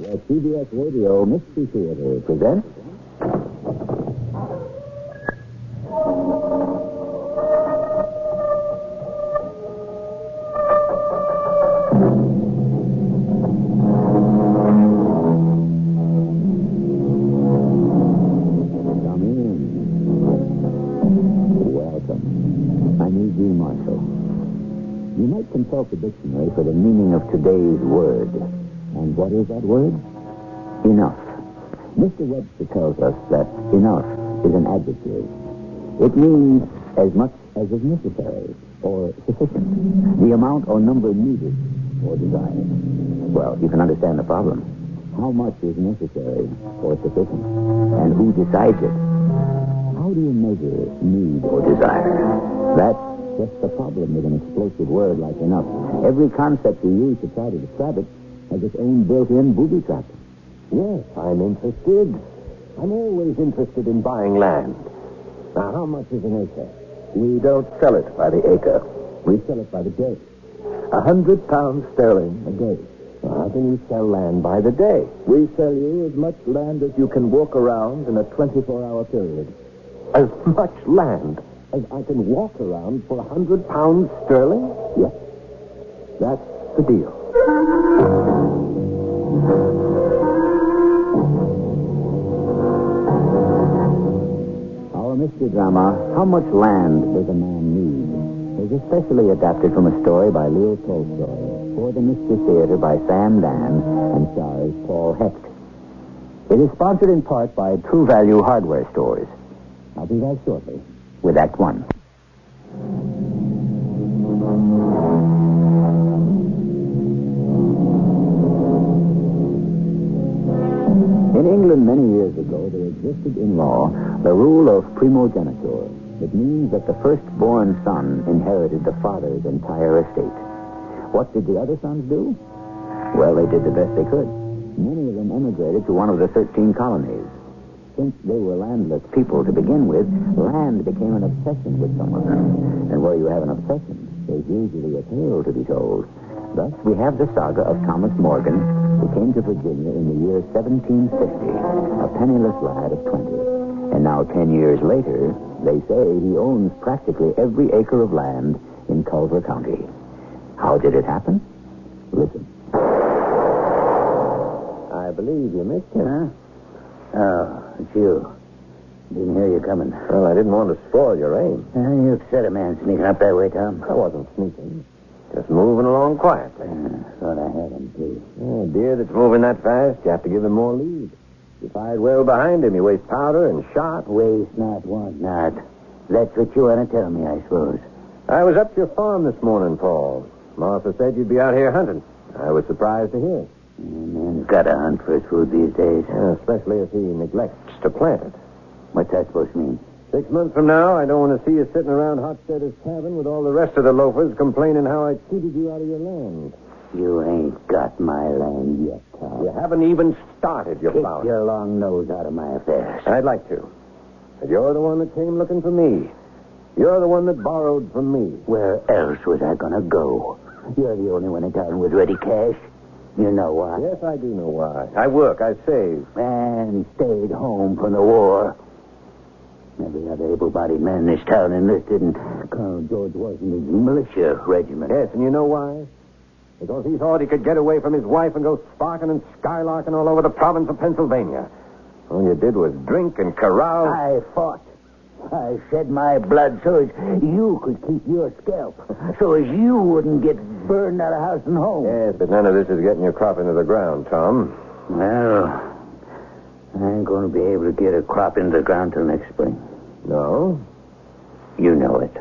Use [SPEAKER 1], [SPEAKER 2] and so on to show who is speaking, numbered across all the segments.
[SPEAKER 1] The CBS Radio Mystery Theater presents. Come in. Welcome. I'm E.G. Marshall. You might consult the dictionary for the meaning of today's word. And what is that word? Enough. Mr. Webster tells us that enough is an adjective. It means as much as is necessary or sufficient, the amount or number needed or desired. Well, you can understand the problem. How much is necessary or sufficient, and who decides it? How do you measure need or desire? That's just the problem with an explosive word like enough. Every concept you use to try to describe it has its own built-in booby trap. Yes, I'm interested. I'm always interested in buying land. Now, how much is an acre? We don't sell it by the acre. We sell it by the day. A hundred pounds sterling a day. How can you sell land by the day? We sell you as much land as you can walk around in a 24-hour period. As much land as I can walk around for a hundred pounds sterling? Yes. That's the deal. Our mystery drama, How Much Land Does a Man Need? is especially adapted from a story by Leo Tolstoy for the Mystery Theater by Sam Dan and stars Paul Hecht. It is sponsored in part by True Value Hardware Stores. I'll be back shortly with Act One. In England many years ago, there existed in law the rule of primogeniture. It means that the firstborn son inherited the father's entire estate. What did the other sons do? Well, they did the best they could. Many of them emigrated to one of the 13 colonies. Since they were landless people to begin with, land became an obsession with some of them. And where you have an obsession, there's usually a tale to be told. Thus, we have the saga of Thomas Morgan, who came to Virginia in the year 1760, a penniless lad of 20. And now, 10 years later, they say he owns practically every acre of land in Culver County. How did it happen? Listen. I believe you missed it, huh? Oh, it's you. Didn't hear you coming. Well, I didn't want to spoil your aim. Uh, you upset a man sneaking up that way, Tom. I wasn't sneaking. Just moving along quietly. Uh, thought I had him, too. Yeah, a deer that's moving that fast, you have to give him more lead. You fired well behind him. You waste powder and shot. Waste not, want not. That's what you want to tell me, I suppose. I was up to your farm this morning, Paul. Martha said you'd be out here hunting. I was surprised to hear it. Man's got to hunt for his food these days. especially if he neglects to plant it. What's that supposed to mean? Six months from now, I don't want to see you sitting around Hotstedter's cabin with all the rest of the loafers complaining how I cheated you out of your land. You ain't got my land yet, Tom. You haven't even started your Kick your long nose out of my affairs. I'd like to. But you're the one that came looking for me. You're the one that borrowed from me. Where else was I going to go? You're the only one in town with ready cash. You know why? Yes, I do know why. I work, I save. And stayed home from the war. Every other able-bodied man in this town enlisted in Colonel George Washington's militia regiment. Yes, and you know why? Because he thought he could get away from his wife and go sparking and skylarking all over the province of Pennsylvania. All you did was drink and carouse. I fought. I shed my blood so as you could keep your scalp, so as you wouldn't get burned out of house and home. Yes, but none of this is getting your crop into the ground, Tom. Well, I ain't going to be able to get a crop into the ground till next spring. No? You know it.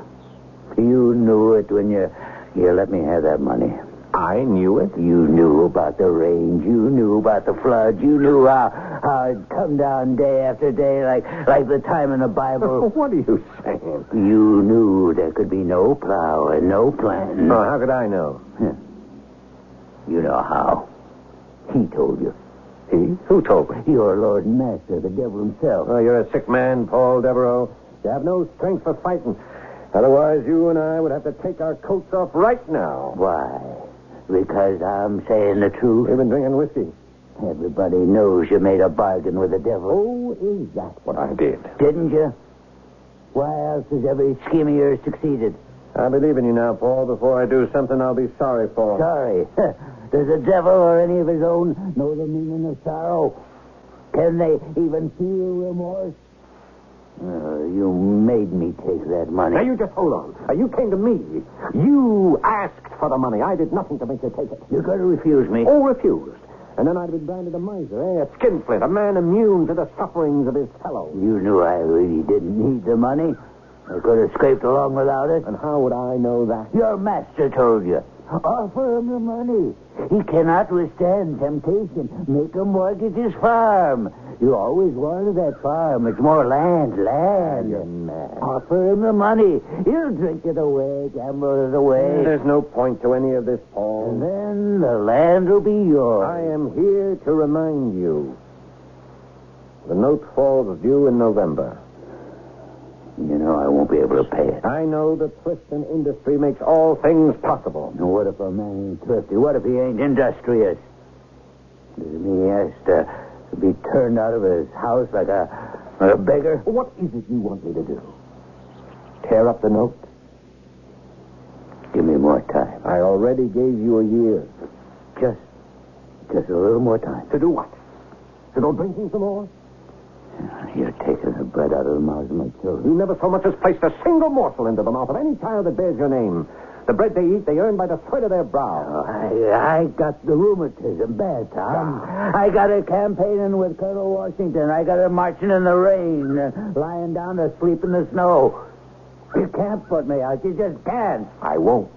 [SPEAKER 1] You knew it when you you let me have that money. I knew it. You knew about the rains. You knew about the floods. You knew how how it'd come down day after day, like like the time in the Bible. what are you saying? You knew there could be no plow and no planting. No, Oh, how could I know? You know how. He told you. He? Who told me? Your Lord and Master, the devil himself. Oh, you're a sick man, Paul Devereaux. You have no strength for fighting. Otherwise, you and I would have to take our coats off right now. Why? Because I'm saying the truth. We've been drinking whiskey. Everybody knows you made a bargain with the devil. Oh, is that what I did? Didn't you? Why else has every scheme of yours succeeded? I believe in you now, Paul. Before I do something I'll be sorry for. Sorry? Does the devil or any of his own know the meaning of sorrow? Can they even feel remorse? Oh, you made me take that money. Now, you just hold on. Uh, you came to me. You asked for the money. I did nothing to make you take it. You're going to refuse me. Oh, refused. And then I'd be branded a miser, eh? A skinflint, a man immune to the sufferings of his fellows. You knew I really didn't need the money. I could have scraped along without it. And how would I know that? Your master told you. Offer him the money. He cannot withstand temptation. Make him mortgage his farm. You always wanted that farm. It's more land, land. Offer him the money. He'll drink it away, gamble it away. There's no point to any of this, Paul. And then the land will be yours. I am here to remind you. The note falls due in November. You know I won't be able to pay it. I know that thrift in industry makes all things possible. Now, what if a man ain't thrifty? What if he ain't industrious? Does it mean he has to be turned out of his house like a, like a beggar? What is it you want me to do? Tear up the note? Give me more time. I already gave you a year. Just, just a little more time. To do what? To go drinking some more? You're taking the bread out of the mouths of my children. You never so much as placed a single morsel into the mouth of any child that bears your name. The bread they eat, they earn by the sweat of their brow. Oh, I, I got the rheumatism bad, Tom. I got a campaigning with Colonel Washington. I got a marching in the rain, uh, lying down to sleep in the snow. You can't put me out. You just can't. I won't.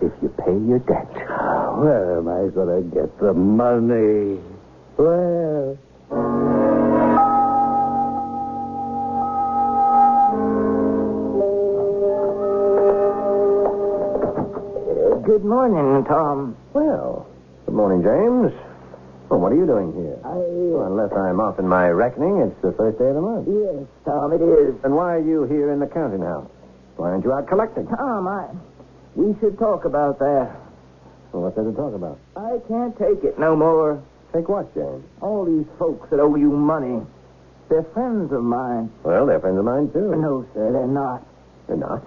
[SPEAKER 1] If you pay your debt. Where am I going to get the money? Where? Good morning, Tom. Well, good morning, James. Well, what are you doing here? I... unless I'm off in my reckoning, it's the first day of the month. Yes, Tom, it is. Then why are you here in the counting house? Why aren't you out collecting? Tom, I... We should talk about that. Well, what there to talk about? I can't take it no more. Take what, James? All these folks that owe you money. They're friends of mine. Well, they're friends of mine, too. No, sir, they're not. They're not?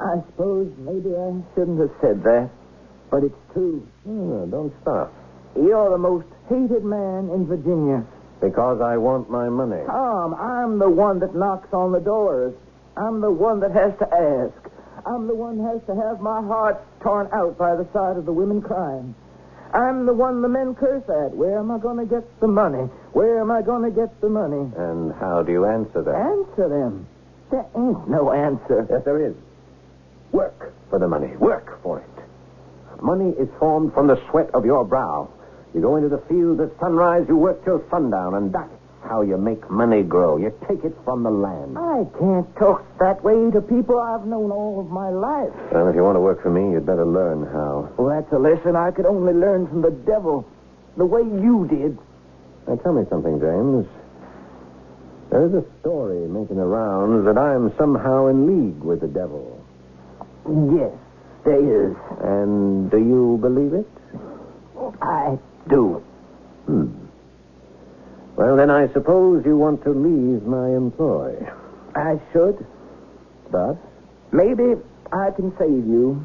[SPEAKER 1] I suppose maybe I shouldn't have said that, but it's true. Hmm, don't stop. You're the most hated man in Virginia. Because I want my money. Tom, I'm the one that knocks on the doors. I'm the one that has to ask. I'm the one that has to have my heart torn out by the sight of the women crying. I'm the one the men curse at. Where am I going to get the money? Where am I going to get the money? And how do you answer that? Answer them. There ain't no answer. Yes, there is. Work for the money. Work for it. Money is formed from the sweat of your brow. You go into the fields at sunrise, you work till sundown, and that's how you make money grow. You take it from the land. I can't talk that way to people I've known all of my life. Well, if you want to work for me, you'd better learn how. Well, that's a lesson I could only learn from the devil, the way you did. Now, tell me something, James. There's a story making the rounds that I'm somehow in league with the devil. Yes, there is. And do you believe it? I do. Hmm. Well, then I suppose you want to leave my employ. I should. But? Maybe I can save you.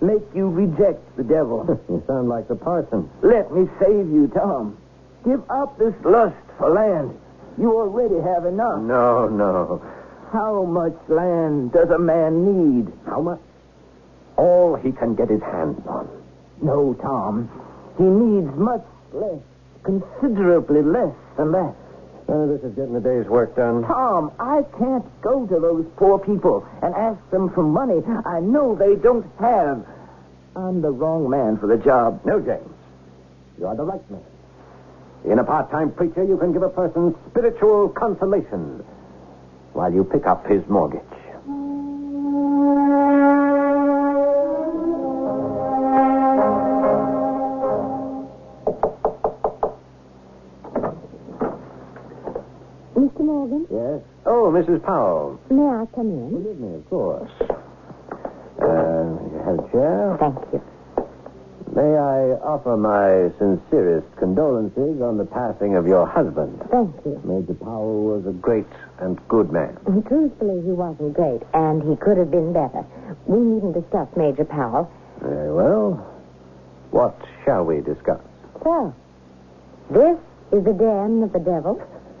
[SPEAKER 2] make you reject the devil. you sound like the parson. Let me save you, Tom. Give up this lust for land. You already have enough. No, no. How much land does a man need? How much? All he can get his hands on. No, Tom. He needs much less, considerably less than that. this is getting the day's work done. Tom, I can't go to those poor people and ask them for money I know they don't have. I'm the wrong man for the job. No, James. You are the right man. In a part-time preacher, you can give a person spiritual consolation while you pick up his mortgage.
[SPEAKER 1] Mr. Morgan,
[SPEAKER 2] Yes? Oh, Mrs. Powell.
[SPEAKER 1] may I come in?
[SPEAKER 2] Forgive me, of course. Uh, you have a chair?
[SPEAKER 1] Thank you.
[SPEAKER 2] May I offer my sincerest condolences on the passing of your husband?
[SPEAKER 1] Thank you.
[SPEAKER 2] Major Powell was a great and good man.
[SPEAKER 1] Truthfully, he wasn't great, and he could have been better. We needn't discuss Major Powell.
[SPEAKER 2] Very well. What shall we discuss?
[SPEAKER 1] So, this is the den of the devil.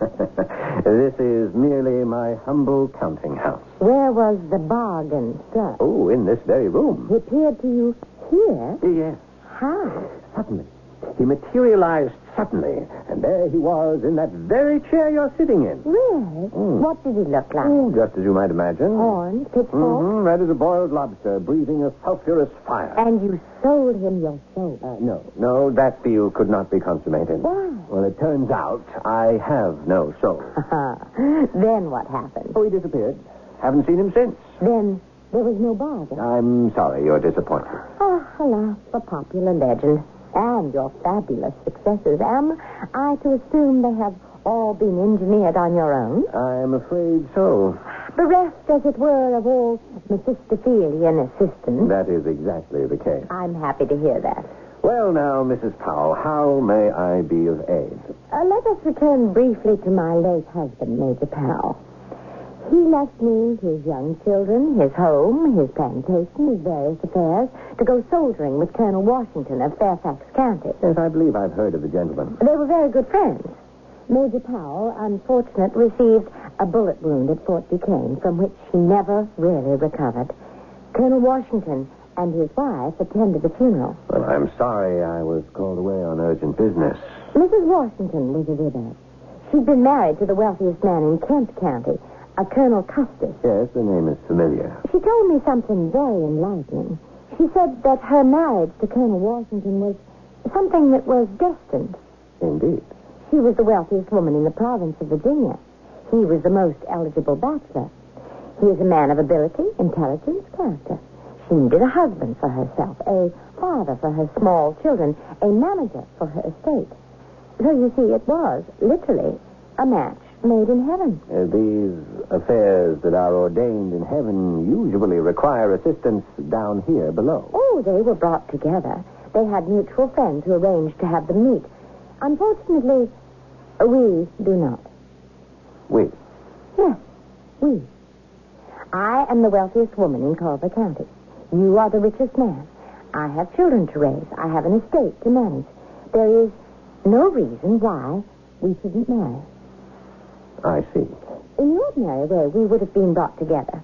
[SPEAKER 2] this is merely my humble counting house.
[SPEAKER 1] Where was the bargain, sir?
[SPEAKER 2] Oh, in this very room.
[SPEAKER 1] He appeared to you here?
[SPEAKER 2] Yes.
[SPEAKER 1] How?
[SPEAKER 2] Suddenly. He materialized suddenly, and there he was in that very chair you're sitting in.
[SPEAKER 1] Really?
[SPEAKER 2] Hmm.
[SPEAKER 1] What did he look like?
[SPEAKER 2] Oh, just as you might imagine.
[SPEAKER 1] Horns, pitchfork?
[SPEAKER 2] Mm-hmm. Red as a boiled lobster, breathing a sulfurous fire.
[SPEAKER 1] And you sold him your soul.
[SPEAKER 2] Uh, no, no, that deal could not be consummated.
[SPEAKER 1] Why?
[SPEAKER 2] Well, it turns out I have no soul.
[SPEAKER 1] Uh, then what happened?
[SPEAKER 2] oh, he disappeared. Haven't seen him since.
[SPEAKER 1] Then there was no bargain.
[SPEAKER 2] I'm sorry you're disappointed.
[SPEAKER 1] Oh, alas, for popular legend and your fabulous successes. Am I to assume they have all been engineered on your own?
[SPEAKER 2] I'm afraid so.
[SPEAKER 1] Bereft, as it were, of all Mephistophelian assistance.
[SPEAKER 2] That is exactly the case.
[SPEAKER 1] I'm happy to hear that.
[SPEAKER 2] Well, now, Mrs. Powell, how may I be of aid?
[SPEAKER 1] Uh, let us return briefly to my late husband, Major Powell. He left me his young children, his home, his plantation, his various affairs, to go soldiering with Colonel Washington of Fairfax County.
[SPEAKER 2] Yes, I believe I've heard of the gentleman.
[SPEAKER 1] They were very good friends. Major Powell, unfortunate, received a bullet wound at Fort Duquesne from which he never really recovered. Colonel Washington and his wife attended the funeral.
[SPEAKER 2] Well, I'm sorry I was called away on urgent business.
[SPEAKER 1] Mrs. Washington was a widow. She'd been married to the wealthiest man in Kent County, a Colonel Custis.
[SPEAKER 2] Yes, the name is familiar.
[SPEAKER 1] She told me something very enlightening. She said that her marriage to Colonel Washington was something that was destined.
[SPEAKER 2] Indeed.
[SPEAKER 1] She was the wealthiest woman in the province of Virginia. He was the most eligible bachelor. He is a man of ability, intelligence, character. She needed a husband for herself, a father for her small children, a manager for her estate. So you see, it was literally a match made in heaven.
[SPEAKER 2] Uh, these affairs that are ordained in heaven usually require assistance down here below.
[SPEAKER 1] Oh, they were brought together. They had mutual friends who arranged to have them meet. Unfortunately, we do not.
[SPEAKER 2] Wait,
[SPEAKER 1] Yes, we. I am the wealthiest woman in Culver County. You are the richest man. I have children to raise. I have an estate to manage. There is no reason why we shouldn't marry.
[SPEAKER 2] I see.
[SPEAKER 1] In the ordinary way, we would have been brought together.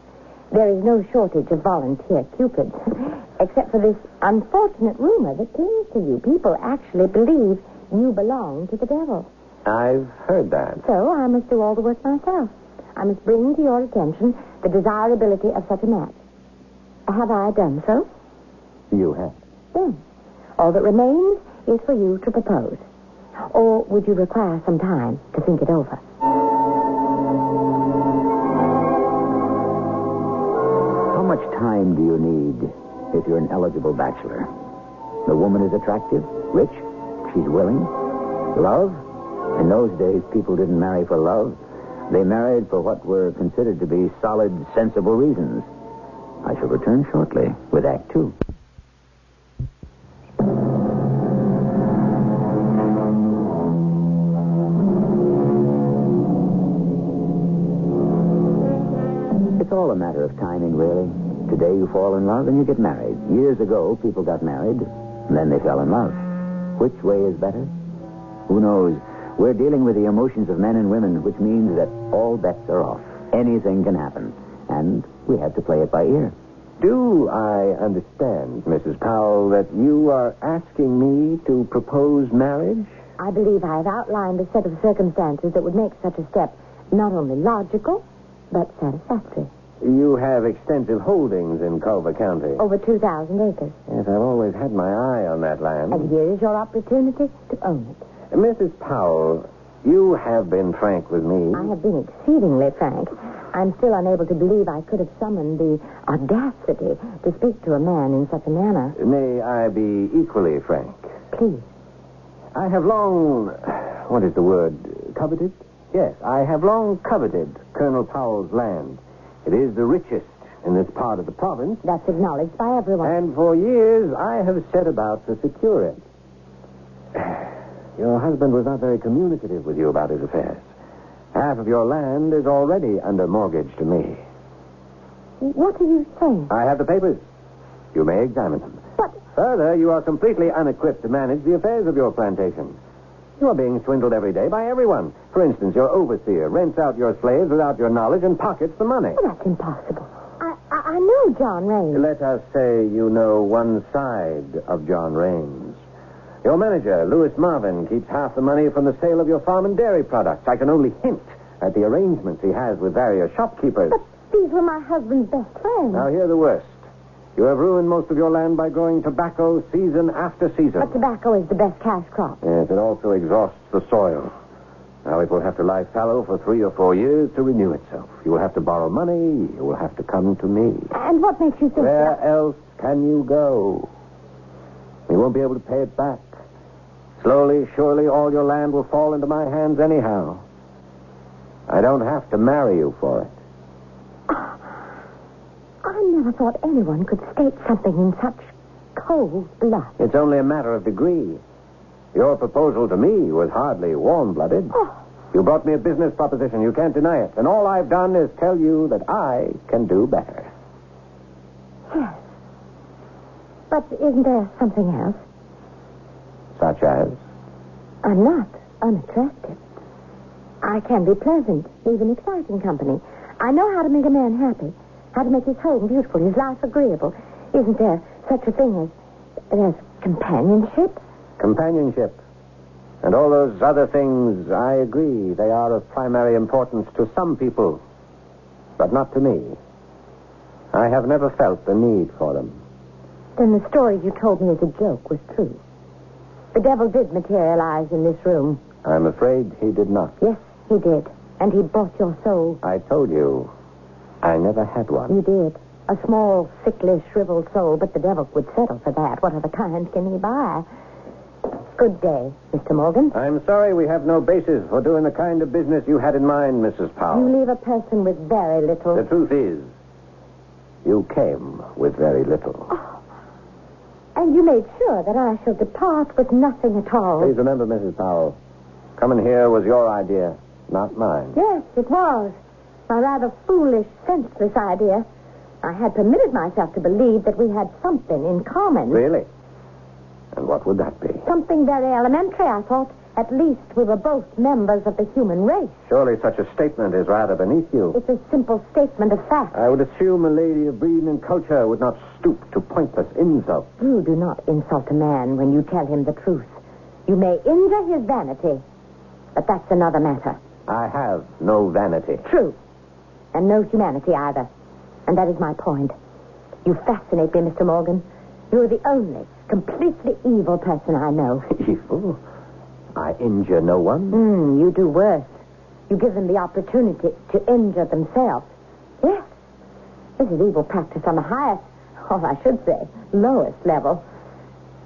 [SPEAKER 1] There is no shortage of volunteer cupids, except for this unfortunate rumor that clings to you. People actually believe you belong to the devil.
[SPEAKER 2] I've heard that.
[SPEAKER 1] So I must do all the work myself. I must bring to your attention the desirability of such a match. Have I done so?
[SPEAKER 2] You have.
[SPEAKER 1] Then, all that remains is for you to propose. Or would you require some time to think it over?
[SPEAKER 2] How much time do you need if you're an eligible bachelor? The woman is attractive, rich, she's willing. Love? In those days, people didn't marry for love. They married for what were considered to be solid, sensible reasons. I shall return shortly with Act Two. It's all a matter of timing, really. The day you fall in love and you get married. Years ago, people got married, and then they fell in love. Which way is better? Who knows? We're dealing with the emotions of men and women, which means that all bets are off. Anything can happen. And we have to play it by ear. Do I understand, Mrs. Powell, that you are asking me to propose marriage?
[SPEAKER 1] I believe I have outlined a set of circumstances that would make such a step not only logical, but satisfactory.
[SPEAKER 2] You have extensive holdings in Culver County.
[SPEAKER 1] Over 2,000 acres.
[SPEAKER 2] Yes, I've always had my eye on that land.
[SPEAKER 1] And here is your opportunity to own it.
[SPEAKER 2] Mrs. Powell, you have been frank with me.
[SPEAKER 1] I have been exceedingly frank. I'm still unable to believe I could have summoned the audacity to speak to a man in such a manner.
[SPEAKER 2] May I be equally frank?
[SPEAKER 1] Please.
[SPEAKER 2] I have long. What is the word? Coveted? Yes, I have long coveted Colonel Powell's land. It is the richest in this part of the province,
[SPEAKER 1] That's acknowledged by everyone.
[SPEAKER 2] and for years I have set about to secure it. Your husband was not very communicative with you about his affairs. Half of your land is already under mortgage to me.
[SPEAKER 1] What are you saying?
[SPEAKER 2] I have the papers. You may examine them.
[SPEAKER 1] But
[SPEAKER 2] Further, you are completely unequipped to manage the affairs of your plantation. You are being swindled every day by everyone. For instance, your overseer rents out your slaves without your knowledge and pockets the money.
[SPEAKER 1] well, that's impossible. I, I, I know John Raines.
[SPEAKER 2] Let us say you know one side of John Raines. Your manager, Louis Marvin, keeps half the money from the sale of your farm and dairy products. I can only hint at the arrangements he has with various shopkeepers.
[SPEAKER 1] But these were my husband's best friends.
[SPEAKER 2] Now, hear the worst. You have ruined most of your land by growing tobacco season after season.
[SPEAKER 1] But tobacco is the best cash crop.
[SPEAKER 2] Yes, it also exhausts the soil. Now it will have to lie fallow for three or four years to renew itself. You will have to borrow money. You will have to come to me.
[SPEAKER 1] And what makes you think
[SPEAKER 2] Where
[SPEAKER 1] that?
[SPEAKER 2] else can you go? You won't be able to pay it back. Slowly, surely, all your land will fall into my hands anyhow. I don't have to marry you for it.
[SPEAKER 1] I never thought anyone could state something in such cold blood.
[SPEAKER 2] It's only a matter of degree. Your proposal to me was hardly warm blooded. You brought me a business proposition. You can't deny it. And all I've done is tell you that I can do better.
[SPEAKER 1] Yes. But isn't there something else?
[SPEAKER 2] Such as?
[SPEAKER 1] I'm not unattractive. I can be pleasant, even exciting company. I know how to make a man happy, how to make his home beautiful, his life agreeable. Isn't there such a thing as there's companionship?
[SPEAKER 2] Companionship. And all those other things, I agree, they are of primary importance to some people, but not to me. I have never felt the need for them.
[SPEAKER 1] Then the story you told me as a joke was true. The devil did materialize in this room.
[SPEAKER 2] I'm afraid he did not.
[SPEAKER 1] Yes, he did. And he bought your soul.
[SPEAKER 2] I told you, I never had one.
[SPEAKER 1] You did. A small, sickly, shriveled soul, but the devil would settle for that. What other kind can he buy? Good day, Mr. Morgan.
[SPEAKER 2] I'm sorry we have no basis for doing the kind of business you had in mind, Mrs. Powell.
[SPEAKER 1] You leave a person with very little.
[SPEAKER 2] The truth is, you came with very little.
[SPEAKER 1] Oh. And you made sure that I shall depart with nothing at all.
[SPEAKER 2] Please remember, Mrs. Powell, coming here was your idea, not mine.
[SPEAKER 1] Yes, it was. My rather foolish, senseless idea. I had permitted myself to believe that we had something in common.
[SPEAKER 2] Really? And what would that be?
[SPEAKER 1] Something very elementary, I thought. At least we were both members of the human race.
[SPEAKER 2] Surely such a statement is rather beneath you.
[SPEAKER 1] It's a simple statement of fact.
[SPEAKER 2] I would assume a lady of breeding and culture would not stoop to pointless insult.
[SPEAKER 1] You do not insult a man when you tell him the truth. You may injure his vanity, but that's another matter.
[SPEAKER 2] I have no vanity.
[SPEAKER 1] True. And no humanity either. And that is my point. You fascinate me, Mr. Morgan. You're the only completely evil person I know.
[SPEAKER 2] Evil? I injure no one.
[SPEAKER 1] Hmm, you do worse. You give them the opportunity to injure themselves. Yes. This is evil practice on the highest, or I should say, lowest level.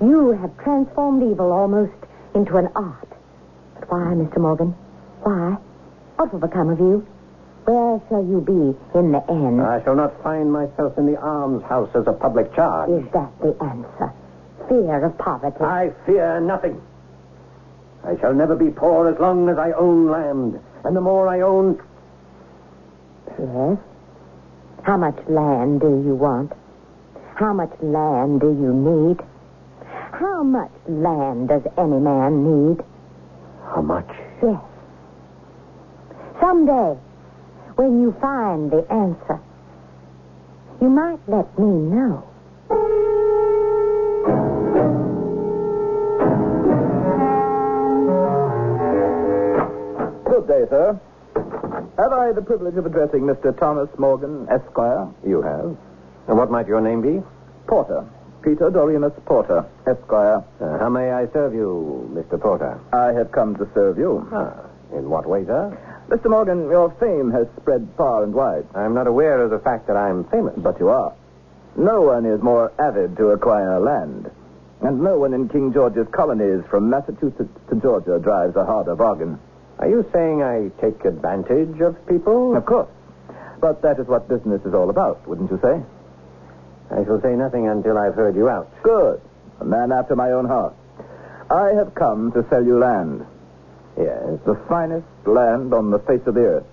[SPEAKER 1] You have transformed evil almost into an art. But why, Mr. Morgan? Why? What will become of you? Where shall you be in the end?
[SPEAKER 2] I shall not find myself in the almshouse as a public charge.
[SPEAKER 1] Is that the answer? Fear of poverty.
[SPEAKER 2] I fear nothing. I shall never be poor as long as I own land. And the more I own,
[SPEAKER 1] Yes.
[SPEAKER 3] How much land do you want? How much land do you need? How much land does any man need?
[SPEAKER 2] How much?
[SPEAKER 3] Yes. Someday, when you find the answer, you might let me know.
[SPEAKER 1] Good day, sir. Have I the privilege of addressing Mr. Thomas Morgan, Esquire?
[SPEAKER 2] You have. And what might your name be?
[SPEAKER 1] Porter. Peter Doremus Porter, Esquire.
[SPEAKER 2] Uh, how may I serve you, Mr. Porter?
[SPEAKER 1] I have come to serve you.
[SPEAKER 2] Ah, in what way, sir?
[SPEAKER 1] Mr. Morgan, your fame has spread far and wide,
[SPEAKER 2] I'm not aware of the fact that I'm famous.
[SPEAKER 1] but you are. No one is more avid to acquire land. And no one in King George's colonies from Massachusetts to Georgia drives a harder bargain.
[SPEAKER 2] Are you saying I take advantage of people?
[SPEAKER 1] Of course. But that is what business is all about, wouldn't you say?
[SPEAKER 2] I shall say nothing until I've heard you out.
[SPEAKER 1] Good. A man after my own heart. I have come to sell you land.
[SPEAKER 2] Yes.
[SPEAKER 1] The finest land on the face of the earth.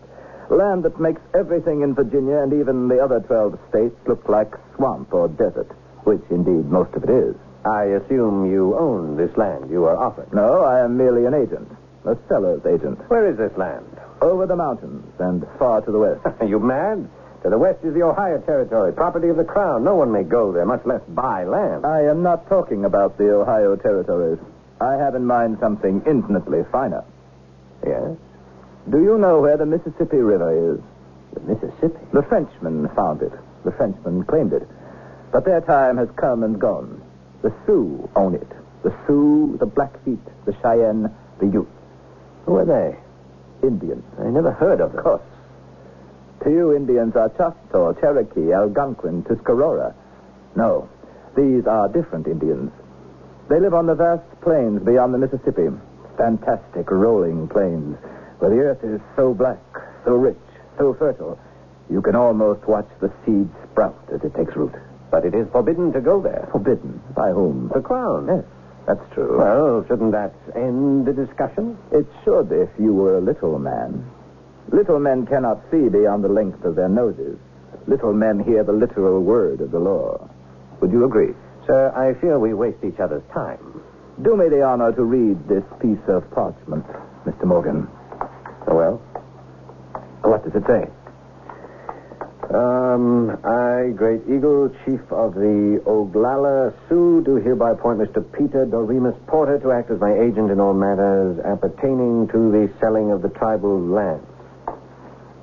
[SPEAKER 1] Land that makes everything in Virginia and even the other 12 states look like swamp or desert, which indeed most of it is.
[SPEAKER 2] I assume you own this land you are offered.
[SPEAKER 1] No, I am merely an agent, a seller's agent,
[SPEAKER 2] Where is this land?
[SPEAKER 1] over the mountains and far to the west.
[SPEAKER 2] Are you mad? To the west is the Ohio Territory, property of the Crown. No one may go there, much less buy land.
[SPEAKER 1] I am not talking about the Ohio territories. I have in mind something infinitely finer.
[SPEAKER 2] yes?
[SPEAKER 1] Do you know where the Mississippi River is?
[SPEAKER 2] The Mississippi.
[SPEAKER 1] The Frenchmen found it. The Frenchmen claimed it. But their time has come and gone. The Sioux own it. The Sioux, the Blackfeet, the Cheyenne, the Ute.
[SPEAKER 2] Who are they?
[SPEAKER 1] Indians.
[SPEAKER 2] I never heard of them.
[SPEAKER 1] Of course. To you, Indians are Choctaw, Cherokee, Algonquin, Tuscarora. No, these are different Indians. They live on the vast plains beyond the Mississippi. Fantastic rolling plains where the earth is so black, so rich, so fertile, you can almost watch the seed sprout as it takes root.
[SPEAKER 2] But it is forbidden to go there.
[SPEAKER 1] Forbidden. By whom?
[SPEAKER 2] The Crown.
[SPEAKER 1] Yes, that's true.
[SPEAKER 2] Well, shouldn't that end the discussion?
[SPEAKER 1] It should if you were a little man. Little men cannot see beyond the length of their noses. Little men hear the literal word of the law. Would you agree?
[SPEAKER 2] Sir, I fear we waste each other's time.
[SPEAKER 1] Do me the honor to read this piece of parchment, Mr. Morgan.
[SPEAKER 2] Well?
[SPEAKER 1] What does it say?
[SPEAKER 2] Um, I, Great Eagle, Chief of the Oglala Sioux, do hereby appoint Mr. Peter Doremus Porter to act as my agent in all matters appertaining to the selling of the tribal lands.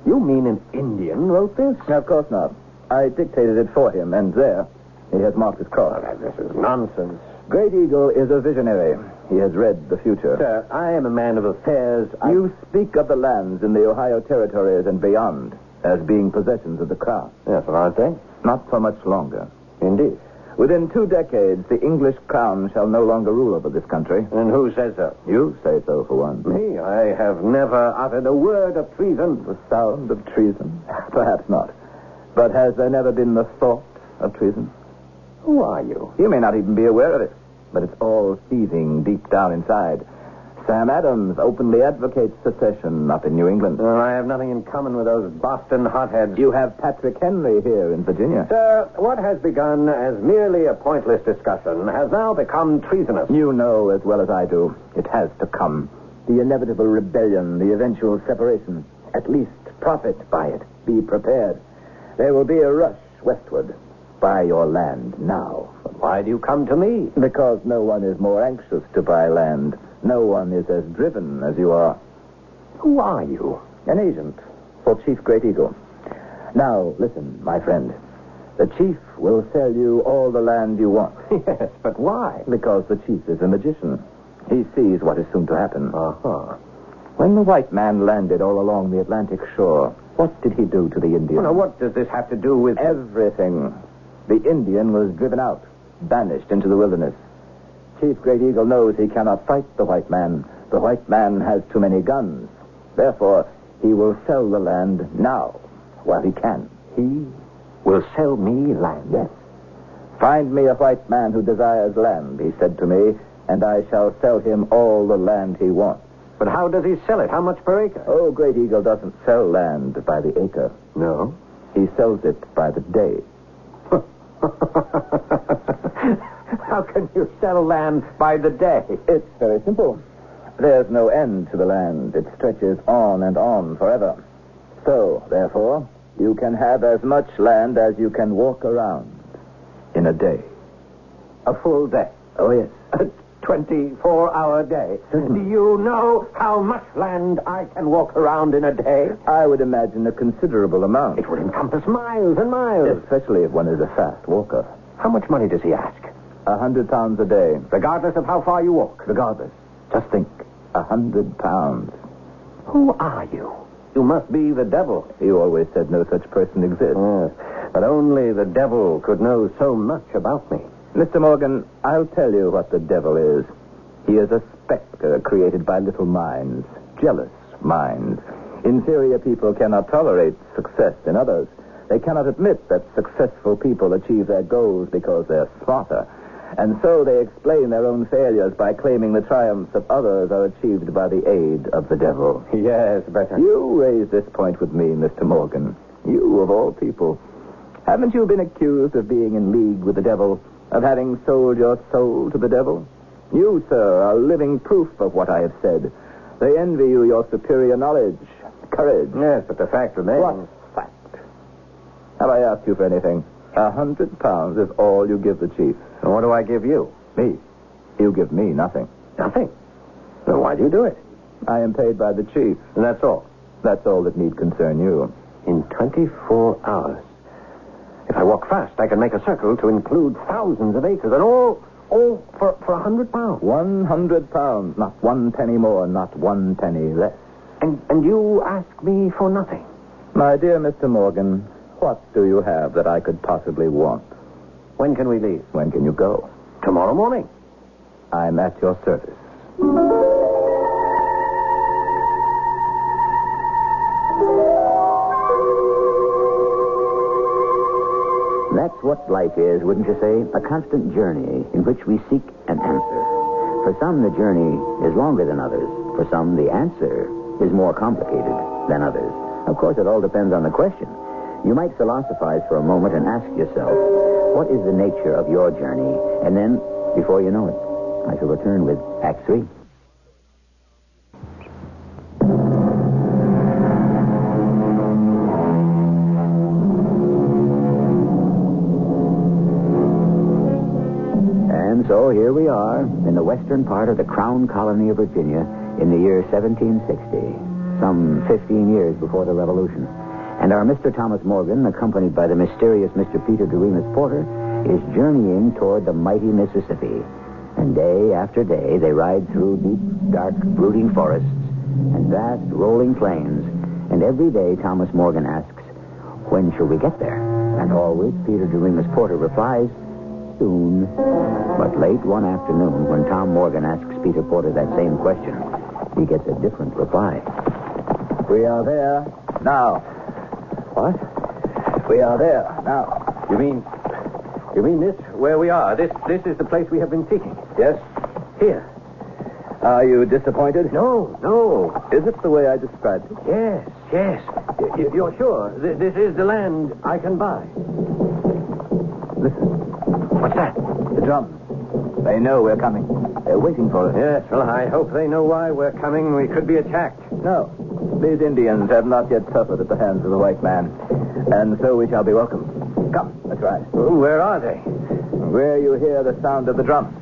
[SPEAKER 2] You mean an Indian wrote this?
[SPEAKER 1] Of course not. I dictated it for him, and there he has marked his cross.
[SPEAKER 2] This is nonsense.
[SPEAKER 1] Great Eagle is a visionary. He has read the future.
[SPEAKER 2] Sir, I am a man of affairs. I...
[SPEAKER 1] You speak of the lands in the Ohio territories and beyond as being possessions of the crown.
[SPEAKER 2] Yes, well, aren't they?
[SPEAKER 1] Not for much longer.
[SPEAKER 2] Indeed.
[SPEAKER 1] Within two decades, the English crown shall no longer rule over this country.
[SPEAKER 2] And who says so?
[SPEAKER 1] You say so, for one.
[SPEAKER 2] Me? I have never uttered a word of treason.
[SPEAKER 1] The sound of treason? Perhaps not. But has there never been the thought of treason?
[SPEAKER 2] Who are you?
[SPEAKER 1] You may not even be aware of it, but it's all seething deep down inside. Sam Adams openly advocates secession up in New England.
[SPEAKER 2] Well, I have nothing in common with those Boston hotheads.
[SPEAKER 1] You have Patrick Henry here in Virginia.
[SPEAKER 2] Sir, what has begun as merely a pointless discussion has now become treasonous.
[SPEAKER 1] You know as well as I do, it has to come. The inevitable rebellion, the eventual separation. At least profit by it. Be prepared. There will be a rush westward. Buy your land now.
[SPEAKER 2] Why do you come to me?
[SPEAKER 1] Because no one is more anxious to buy land. No one is as driven as you are.
[SPEAKER 2] Who are you?
[SPEAKER 1] An agent for Chief Great Eagle. Now, listen, my friend. The chief will sell you all the land you want.
[SPEAKER 2] yes, but why?
[SPEAKER 1] Because the chief is a magician. He sees what is soon to happen.
[SPEAKER 2] Uh-huh.
[SPEAKER 1] When the white man landed all along the Atlantic shore, what did he do to the Indian?
[SPEAKER 2] Well, now, what does this have to do with...
[SPEAKER 1] Everything. The Indian was driven out, banished into the wilderness. Chief Great Eagle knows he cannot fight the white man. The white man has too many guns. Therefore, he will sell the land now, while he can.
[SPEAKER 2] He will sell me land.
[SPEAKER 1] Yes. Find me a white man who desires land, he said to me, and I shall sell him all the land he wants.
[SPEAKER 2] But how does he sell it? How much per acre?
[SPEAKER 1] Oh, Great Eagle doesn't sell land by the acre.
[SPEAKER 2] No.
[SPEAKER 1] He sells it by the day.
[SPEAKER 2] How can you sell land by the day?
[SPEAKER 1] It's very simple. There's no end to the land. It stretches on and on forever. So, therefore, you can have as much land as you can walk around in a day.
[SPEAKER 2] A full day.
[SPEAKER 1] Oh, yes. Hmm.
[SPEAKER 2] A 24 hour day. Do you know how much land I can walk around in a day?
[SPEAKER 1] I would imagine a considerable amount,
[SPEAKER 2] It would encompass miles and miles.
[SPEAKER 1] especially if one is a fast walker.
[SPEAKER 2] How much money does he ask?
[SPEAKER 1] A hundred pounds a day.
[SPEAKER 2] Regardless of how far you walk.
[SPEAKER 1] Regardless. Just think. A hundred pounds.
[SPEAKER 2] Who are you? You must be the devil.
[SPEAKER 1] You always said no such person exists.
[SPEAKER 2] Yes, but only the devil could know so much about me.
[SPEAKER 1] Mr. Morgan, I'll tell you what the devil is. He is a specter created by little minds, jealous minds. Inferior people cannot tolerate success in others. They cannot admit that successful people achieve their goals because they're smarter. And so they explain their own failures by claiming the triumphs of others are achieved by the aid of the devil.
[SPEAKER 2] Yes, but
[SPEAKER 1] You raised this point with me, Mr. Morgan. You, of all people. Haven't you been accused of being in league with the devil? Of having sold your soul to the devil? You, sir, are living proof of what I have said. They envy you your superior knowledge, courage.
[SPEAKER 2] Yes, but the fact remains.
[SPEAKER 1] What fact? Have I asked you for anything? A hundred pounds is all you give the chief.
[SPEAKER 2] And what do I give you?
[SPEAKER 1] Me? You give me nothing.
[SPEAKER 2] Nothing. Then why do you do it?
[SPEAKER 1] I am paid by the chief.
[SPEAKER 2] And that's all.
[SPEAKER 1] That's all that need concern you.
[SPEAKER 2] In 24 hours. If I walk fast, I can make a circle to include thousands of acres, and all, all for for a hundred pounds.
[SPEAKER 1] One hundred pounds, not one penny more, not one penny less.
[SPEAKER 2] And and you ask me for nothing.
[SPEAKER 1] My dear Mr. Morgan, what do you have that I could possibly want?
[SPEAKER 2] When can we leave?
[SPEAKER 1] When can you go?
[SPEAKER 2] Tomorrow morning.
[SPEAKER 1] I'm at your service.
[SPEAKER 2] That's what life is, wouldn't you say? A constant journey in which we seek an answer. For some, the journey is longer than others. For some, the answer is more complicated than others. Of course, it all depends on the question. You might philosophize for a moment and ask yourself, what is the nature of your journey? And then, before you know it, I shall return with Act 3. And so here we are in the western part of the Crown Colony of Virginia in the year 1760, some 15 years before the Revolution. And our Mr. Thomas Morgan, accompanied by the mysterious Mr. Peter Doremus Porter, is journeying toward the mighty Mississippi. And day after day, they ride through deep, dark, brooding forests and vast, rolling plains. And every day, Thomas Morgan asks, When shall we get there? And always, Peter Doremus Porter replies, soon. But late one afternoon, when Tom Morgan asks Peter Porter that same question, he gets a different reply.
[SPEAKER 1] We are
[SPEAKER 2] Uh,
[SPEAKER 1] there now.
[SPEAKER 2] What?
[SPEAKER 1] We are there now.
[SPEAKER 2] You mean, you mean this where we are? This this is the place we have been seeking.
[SPEAKER 1] Yes?
[SPEAKER 2] Here.
[SPEAKER 1] Are you disappointed?
[SPEAKER 2] No, no.
[SPEAKER 1] Is it the way I described it?
[SPEAKER 2] Yes, yes. Y- y- You're sure Th- this is the land I can buy?
[SPEAKER 1] Listen,
[SPEAKER 2] What's that?
[SPEAKER 1] the drums. They know we're coming. They're waiting for us.
[SPEAKER 2] Yes, well, I hope they know why we're coming. We could be attacked.
[SPEAKER 1] No. These Indians have not yet suffered at the hands of the white man. And so we shall be welcome. Come, let's ride.
[SPEAKER 2] Where are they?
[SPEAKER 1] Where you hear the sound of the drums.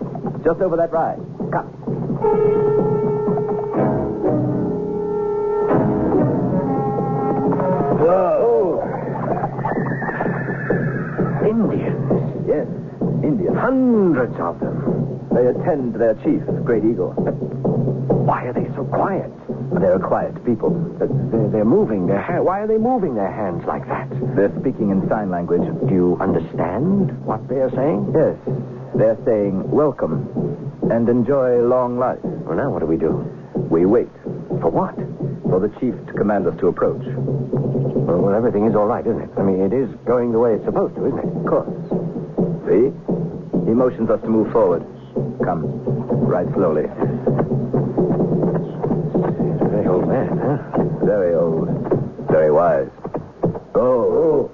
[SPEAKER 1] Just over that rise. Come. Oh.
[SPEAKER 2] Indians.
[SPEAKER 1] Yes, Indians.
[SPEAKER 2] Hundreds of them.
[SPEAKER 1] They attend their chief, Great Eagle.
[SPEAKER 2] Why are they so quiet?
[SPEAKER 1] They're quiet people.
[SPEAKER 2] But They're, they're moving their hands. Why are they moving their hands like that?
[SPEAKER 1] They're speaking in sign language.
[SPEAKER 2] Do you understand what they are saying?
[SPEAKER 1] Yes, they're saying welcome and enjoy long life.
[SPEAKER 2] Well, now what do we do?
[SPEAKER 1] We wait
[SPEAKER 2] For what?
[SPEAKER 1] for the chief to command us to approach.
[SPEAKER 2] Well, well, everything is all right, isn't it? I mean, it is going the way it's supposed to, isn't it?
[SPEAKER 1] Of course. See? He motions us to move forward. Come, ride slowly.
[SPEAKER 2] He's a very old man, huh?
[SPEAKER 1] Very old, very wise. Oh,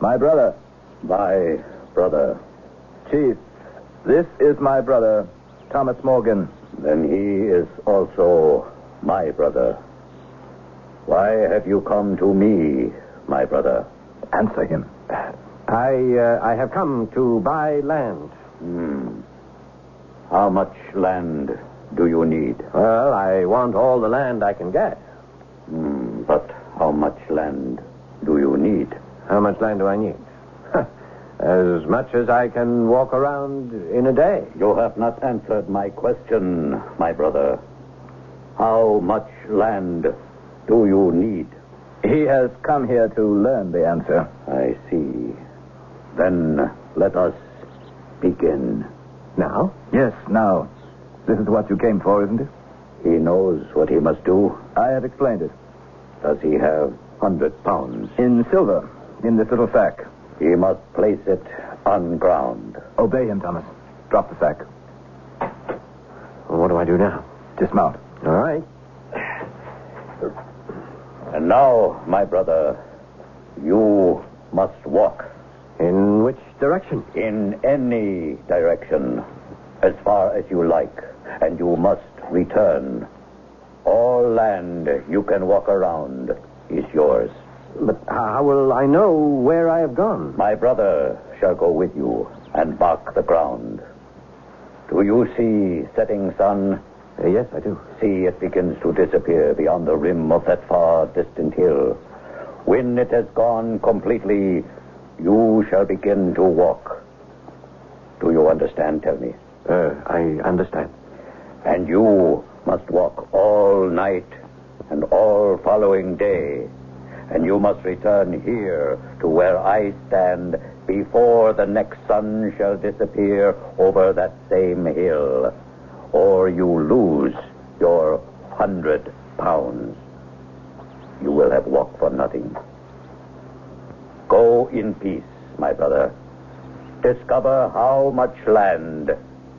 [SPEAKER 2] my brother. My brother. Chief, this is my brother, Thomas Morgan. Then he is also my brother. Why have you come to me, my brother? Answer him.
[SPEAKER 4] I, uh, I have come to buy land.
[SPEAKER 2] Hmm. How much land do you need?
[SPEAKER 4] Well, I want all the land I can get.
[SPEAKER 2] Hmm, but how much land do you need?
[SPEAKER 4] How much land do I need? as much as I can walk around in a day.
[SPEAKER 2] You have not answered my question, my brother. How much land do you need? He has come here to learn the answer. I see. Then let us begin. Now? Yes, now. This is what you came for, isn't it? He knows what he must do. I have explained it. Does he have hundred pounds? In silver, in this little sack. He must place it on ground. Obey him, Thomas. Drop the sack.
[SPEAKER 4] Well, what do I do now?
[SPEAKER 2] Dismount.
[SPEAKER 4] All right.
[SPEAKER 2] And now, my brother, you must walk
[SPEAKER 4] In which direction?
[SPEAKER 2] in any direction as far as you like, and you must return. All land you can walk around is yours.
[SPEAKER 4] But how will I know where I have gone?
[SPEAKER 2] My brother shall go with you and mark the ground. Do you see setting sun?
[SPEAKER 4] Uh, yes, I do.
[SPEAKER 2] See, it begins to disappear beyond the rim of that far distant hill. When it has gone completely, you shall begin to walk. Do you understand? Tell me.
[SPEAKER 4] Uh, I understand.
[SPEAKER 2] And you must walk all night and all following day. And you must return here to where I stand before the next sun shall disappear over that same hill, or you lose your hundred pounds. You will have walked for nothing. Go in peace, my brother. Discover how much land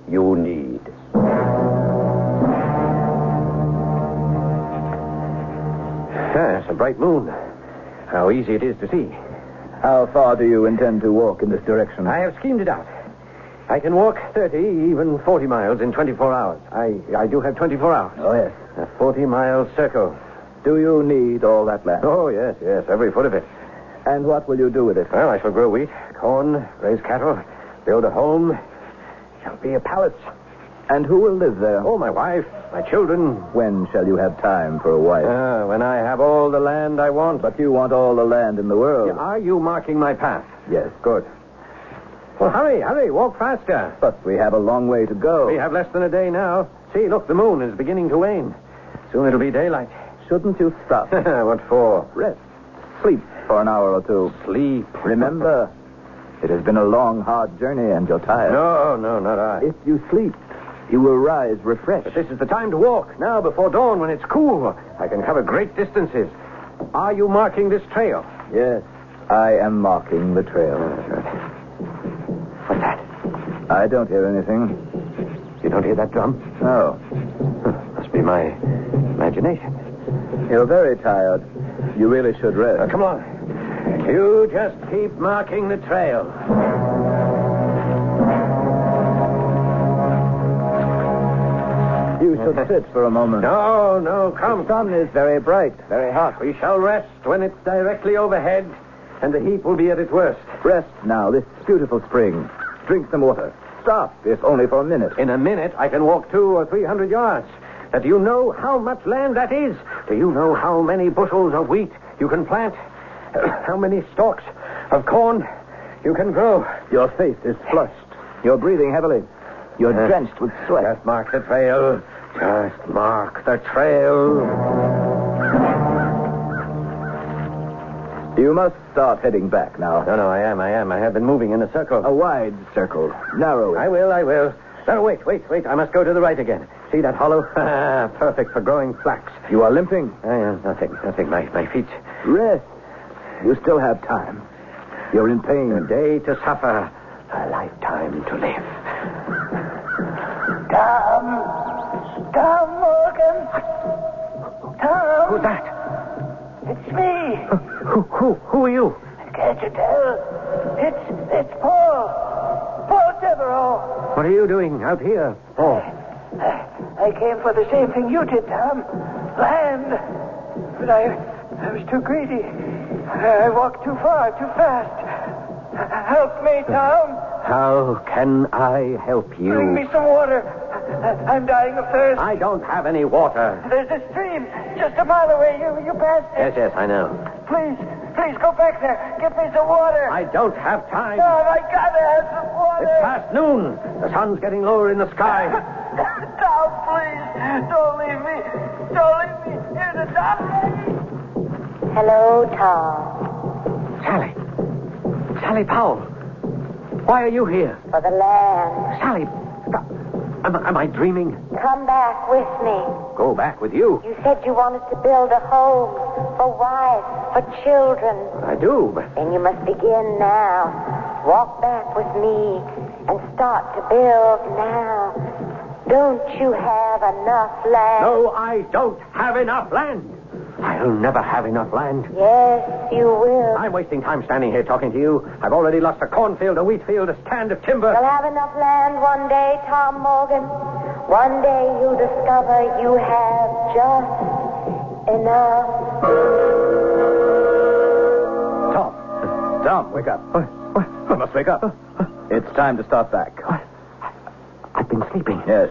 [SPEAKER 2] you need.
[SPEAKER 4] Yes, a bright moon. How easy it is to see.
[SPEAKER 2] How far do you intend to walk in this direction?
[SPEAKER 4] I have schemed it out. I can walk 30, even 40 miles in 24 hours. I, I do have 24 hours.
[SPEAKER 2] Oh, yes.
[SPEAKER 4] A 40 mile circle.
[SPEAKER 2] Do you need all that land?
[SPEAKER 4] Oh, yes, yes, every foot of it.
[SPEAKER 2] And what will you do with it?
[SPEAKER 4] Well, I shall grow wheat, corn, raise cattle, build a home. Shall be a palace.
[SPEAKER 2] And who will live there?
[SPEAKER 4] Oh, my wife, my children.
[SPEAKER 2] When shall you have time for a wife?
[SPEAKER 4] Ah, when I have all the land I want.
[SPEAKER 2] but you want all the land in the world.
[SPEAKER 4] Are you marking my path?
[SPEAKER 2] Yes. Good.
[SPEAKER 4] Well, hurry, hurry, walk faster.
[SPEAKER 2] But we have a long way to go.
[SPEAKER 4] We have less than a day now. See, look, the moon is beginning to wane. Soon it'll be daylight.
[SPEAKER 2] Shouldn't you stop?
[SPEAKER 4] what for?
[SPEAKER 2] Rest. Sleep for an hour or two.
[SPEAKER 4] Sleep.
[SPEAKER 2] Remember, it has been a long, hard journey, and you're tired.
[SPEAKER 4] No, no, not I.
[SPEAKER 2] If you sleep, you will rise refreshed.
[SPEAKER 4] But this is the time to walk, now before dawn when it's cool. I can cover great distances. Are you marking this trail?
[SPEAKER 2] Yes, I am marking the trail.
[SPEAKER 4] What's that?
[SPEAKER 2] I don't hear anything.
[SPEAKER 4] You don't hear that drum?
[SPEAKER 2] No.
[SPEAKER 4] Must be my imagination.
[SPEAKER 2] You're very tired. You really should rest.
[SPEAKER 4] Now, Uh, come on. You just keep marking the trail.
[SPEAKER 2] You should sit for a moment.
[SPEAKER 4] No, no, come.
[SPEAKER 2] The sun is very bright.
[SPEAKER 4] Very hot. We shall rest when it's directly overhead, and the heat will be at its worst.
[SPEAKER 2] Rest now, this beautiful spring. Drink some water. Stop, if only for a minute.
[SPEAKER 4] In a minute, I can walk two or three hundred yards. Now, do you know how much land that is? Do you know how many bushels of wheat you can plant? How many stalks of corn you can grow?
[SPEAKER 2] Your face is flushed. You're breathing heavily. You're drenched with sweat.
[SPEAKER 4] Just mark the trail. Just mark the trail.
[SPEAKER 2] You must start heading back now.
[SPEAKER 4] No, no, I am, I am. I have been moving in a circle.
[SPEAKER 2] A wide circle, narrow.
[SPEAKER 4] I will, I will. No, wait, wait, wait. I must go to the right again. See that hollow? Ah, Perfect for growing flax.
[SPEAKER 2] You are limping.
[SPEAKER 4] I am nothing, nothing. My, my feet.
[SPEAKER 2] Rest. You still have time. You're in pain.
[SPEAKER 4] A day to suffer, a lifetime to live.
[SPEAKER 5] Tom! Tom Morgan! Tom!
[SPEAKER 4] Who's that?
[SPEAKER 5] It's me!
[SPEAKER 1] Uh,
[SPEAKER 4] Who, who, who are you?
[SPEAKER 5] Can
[SPEAKER 6] Edgedale. It's, it's Paul. Paul Devereaux.
[SPEAKER 1] What are you doing out here, Paul?
[SPEAKER 6] I came for the same thing you did, Tom. Land. But I, I was too greedy. I walked too far, too fast. Help me, Tom.
[SPEAKER 1] How can I help you?
[SPEAKER 6] Bring me some water. I- I'm dying of thirst.
[SPEAKER 1] I don't have any water.
[SPEAKER 6] There's a stream just a mile away. You, you passed it.
[SPEAKER 1] Yes, yes, I know.
[SPEAKER 6] Please, please go back there. Get me some water.
[SPEAKER 1] I don't have time.
[SPEAKER 6] Tom, I gotta have some
[SPEAKER 1] It's
[SPEAKER 6] water.
[SPEAKER 1] past noon. The sun's getting lower in the sky.
[SPEAKER 6] Tom, please, don't leave me. Don't leave me here to die.
[SPEAKER 3] Hello, Tom.
[SPEAKER 1] Sally. Sally Powell. Why are you here?
[SPEAKER 3] For the land.
[SPEAKER 1] Sally. Am, am I dreaming?
[SPEAKER 3] Come back with me.
[SPEAKER 1] Go back with you.
[SPEAKER 3] You said you wanted to build a home for wives, for children.
[SPEAKER 1] I do, but
[SPEAKER 3] Then you must begin now. Walk back with me and start to build now. Don't you have enough land?
[SPEAKER 1] No, I don't have enough land. I'll never have enough land.
[SPEAKER 3] Yes, you will.
[SPEAKER 1] I'm wasting time standing here talking to you. I've already lost a cornfield, a wheat field, a stand of timber.
[SPEAKER 3] You'll have enough land one day, Tom Morgan. One day you'll discover you have just enough.
[SPEAKER 2] Tom. Tom, wake up. What? What? You must wake up. It's time to start back.
[SPEAKER 1] I've been sleeping.
[SPEAKER 2] Yes.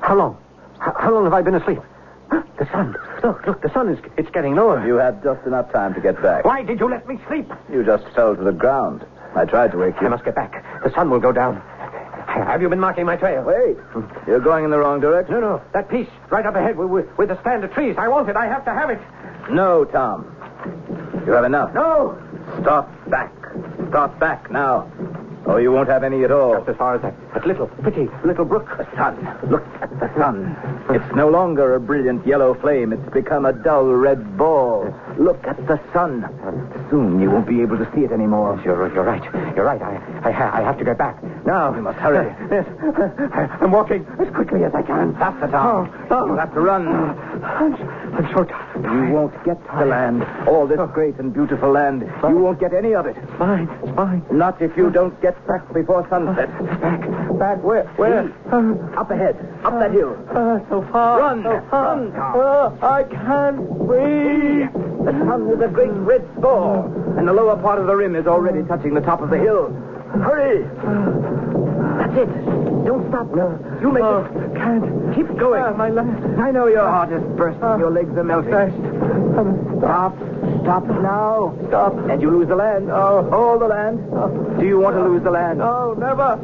[SPEAKER 1] How long? How, how long have I been asleep? The sun. Look, look, the sun is it's getting lower.
[SPEAKER 2] You had just enough time to get back.
[SPEAKER 1] Why did you let me sleep?
[SPEAKER 2] You just fell to the ground. I tried to wake you.
[SPEAKER 1] I must get back. The sun will go down. Have you been marking my trail?
[SPEAKER 2] Wait. You're going in the wrong direction.
[SPEAKER 1] No, no. That piece right up ahead with, with, with the stand of trees. I want it. I have to have it.
[SPEAKER 2] No, Tom. You have enough.
[SPEAKER 1] No!
[SPEAKER 2] Start back. Start back now. Or you won't have any at all.
[SPEAKER 1] Just as far as that, that little, pretty little brook.
[SPEAKER 2] The sun. Look at the sun. It's no longer a brilliant yellow flame. It's become a dull red ball. Look at the sun. Soon you won't be able to see it anymore.
[SPEAKER 1] You're, you're right. You're right. I, I, ha- I have to get back. Now.
[SPEAKER 2] You must hurry.
[SPEAKER 1] Yes. I'm walking as quickly as I can.
[SPEAKER 2] Stop the town.
[SPEAKER 1] Oh, oh.
[SPEAKER 2] You'll have to run.
[SPEAKER 1] I'm, I'm so tired.
[SPEAKER 2] You won't get the land. All
[SPEAKER 1] Oh.
[SPEAKER 2] this great and beautiful land. You won't get any of it.
[SPEAKER 1] It's mine. It's mine.
[SPEAKER 2] Not if you don't get back before sunset.
[SPEAKER 1] Back.
[SPEAKER 2] Back where? Where?
[SPEAKER 1] Uh,
[SPEAKER 2] Up ahead. Up that hill.
[SPEAKER 1] uh, so far.
[SPEAKER 2] Run.
[SPEAKER 1] So far.
[SPEAKER 2] Run.
[SPEAKER 1] Uh, I can't breathe.
[SPEAKER 2] The sun is a great red ball, and the lower part of the rim is already touching the top of the hill. Hurry!
[SPEAKER 1] Uh.
[SPEAKER 2] That's it. Don't stop. No. You make
[SPEAKER 1] Oh,
[SPEAKER 2] it.
[SPEAKER 1] can't.
[SPEAKER 2] Keep going.
[SPEAKER 1] Ah, my last.
[SPEAKER 2] I know your heart is bursting.
[SPEAKER 1] Ah. Um,
[SPEAKER 2] your legs are melting. Stop. Stop now. Stop. And you lose the land. Oh. All the land. Do you want to lose the land?
[SPEAKER 1] No, never,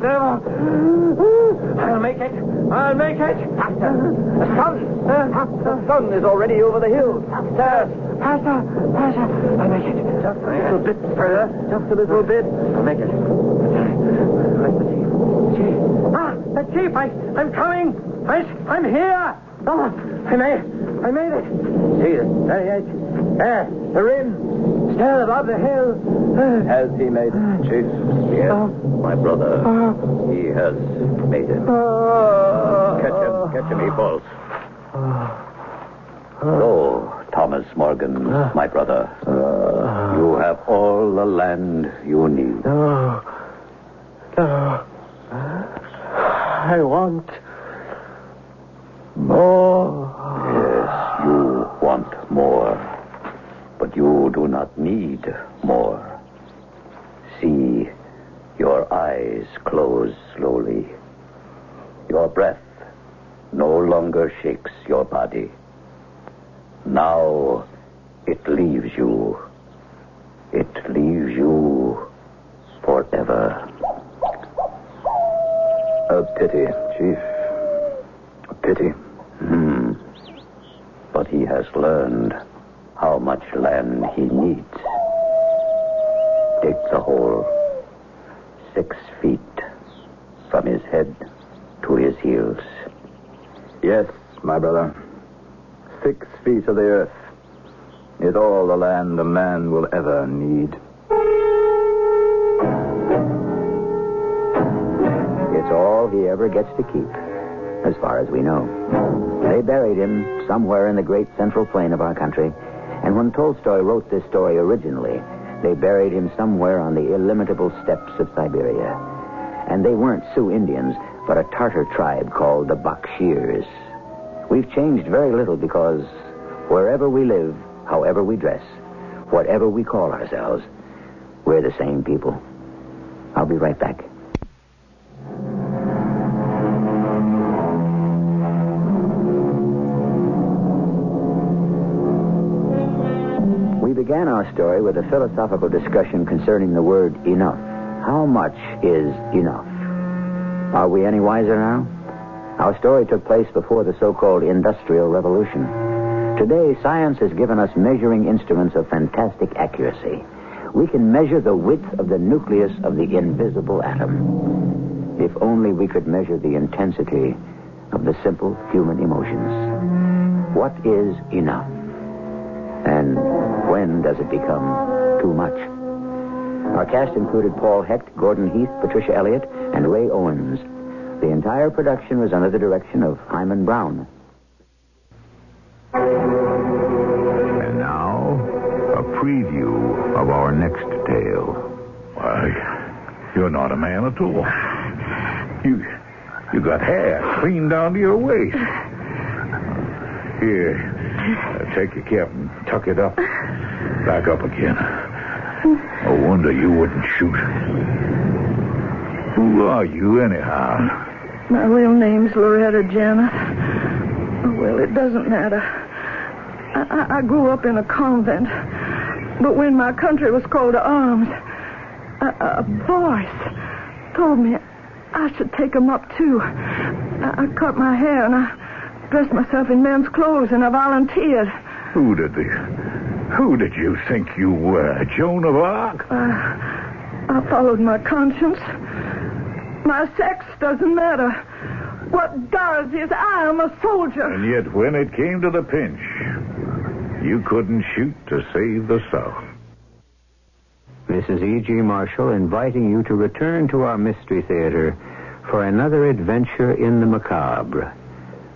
[SPEAKER 1] never. I'll make it. I'll make it. Uh,
[SPEAKER 2] Faster. The sun. Half the sun is already over the hill. Faster.
[SPEAKER 1] Pastor, Pastor, I'll make it.
[SPEAKER 2] Just a little bit further. Just a little bit.
[SPEAKER 1] I'll make it. Where's the chief? Chief. Ah, the chief. I, I'm coming. I, I'm here. Oh, I made, I made it. See it. There, it is. there, the rim, still above the hill.
[SPEAKER 2] Has he made it, Chief? Yes, my brother. He has made it.
[SPEAKER 1] uh, Oh.
[SPEAKER 2] Catch him. Catch him. He falls. So, Thomas Morgan, my brother, you have all the land you need.
[SPEAKER 1] No, no. Oh. I want more.
[SPEAKER 2] Yes, you want more, but you do not need more. See, your eyes close slowly. Your breath no longer shakes your body. Now it leaves you. It leaves you forever. A pity, Chief. A pity. Hmm but he has learned how much land he needs. Dig the hole six feet from his head to his heels. Yes, my brother. Six feet of the earth is all the land a man will ever need. It's all he ever gets to keep, as far as we know. They buried him somewhere in the great central plain of our country. And when Tolstoy wrote this story originally, They buried him somewhere on the illimitable steppes of Siberia. And they weren't Sioux Indians, but a Tartar tribe called the Bakshirs. We've changed very little because wherever we live, however we dress, whatever we call ourselves, we're the same people. I'll be right back. We began our story with a philosophical discussion concerning the word enough. How much is enough? Are we any wiser now? Our story took place before the so called Industrial Revolution. Today, science has given us measuring instruments of fantastic accuracy. We can measure the width of the nucleus of the invisible atom. If only we could measure the intensity of the simple human emotions. What is enough? And when does it become too much? Our cast included Paul Hecht, Gordon Heath, Patricia Elliott, and Ray Owens. The entire production was under the direction of Hyman Brown.
[SPEAKER 7] And now, a preview of our next tale. Why, you're not a man at all. You, you got hair clean down to your waist. Here, uh, take your cap and tuck it up. Back up again. No wonder you wouldn't shoot. Who are you, anyhow?
[SPEAKER 1] My real name's Loretta Janet. Oh, Well, it doesn't matter. I, I, I grew up in a convent, but when my country was called to arms, a, a- a voice told me I should take 'em up too. I, I cut my hair and I dressed myself in men's clothes and I volunteered.
[SPEAKER 7] Who did the, who did you think you were, Joan of Arc?
[SPEAKER 1] I followed my conscience. My sex doesn't matter. What does is I am a soldier.
[SPEAKER 7] And yet, when it came to the pinch, you couldn't shoot to save the South.
[SPEAKER 2] This is E.G. E Marshall inviting you to return to our Mystery Theater for another adventure in the macabre.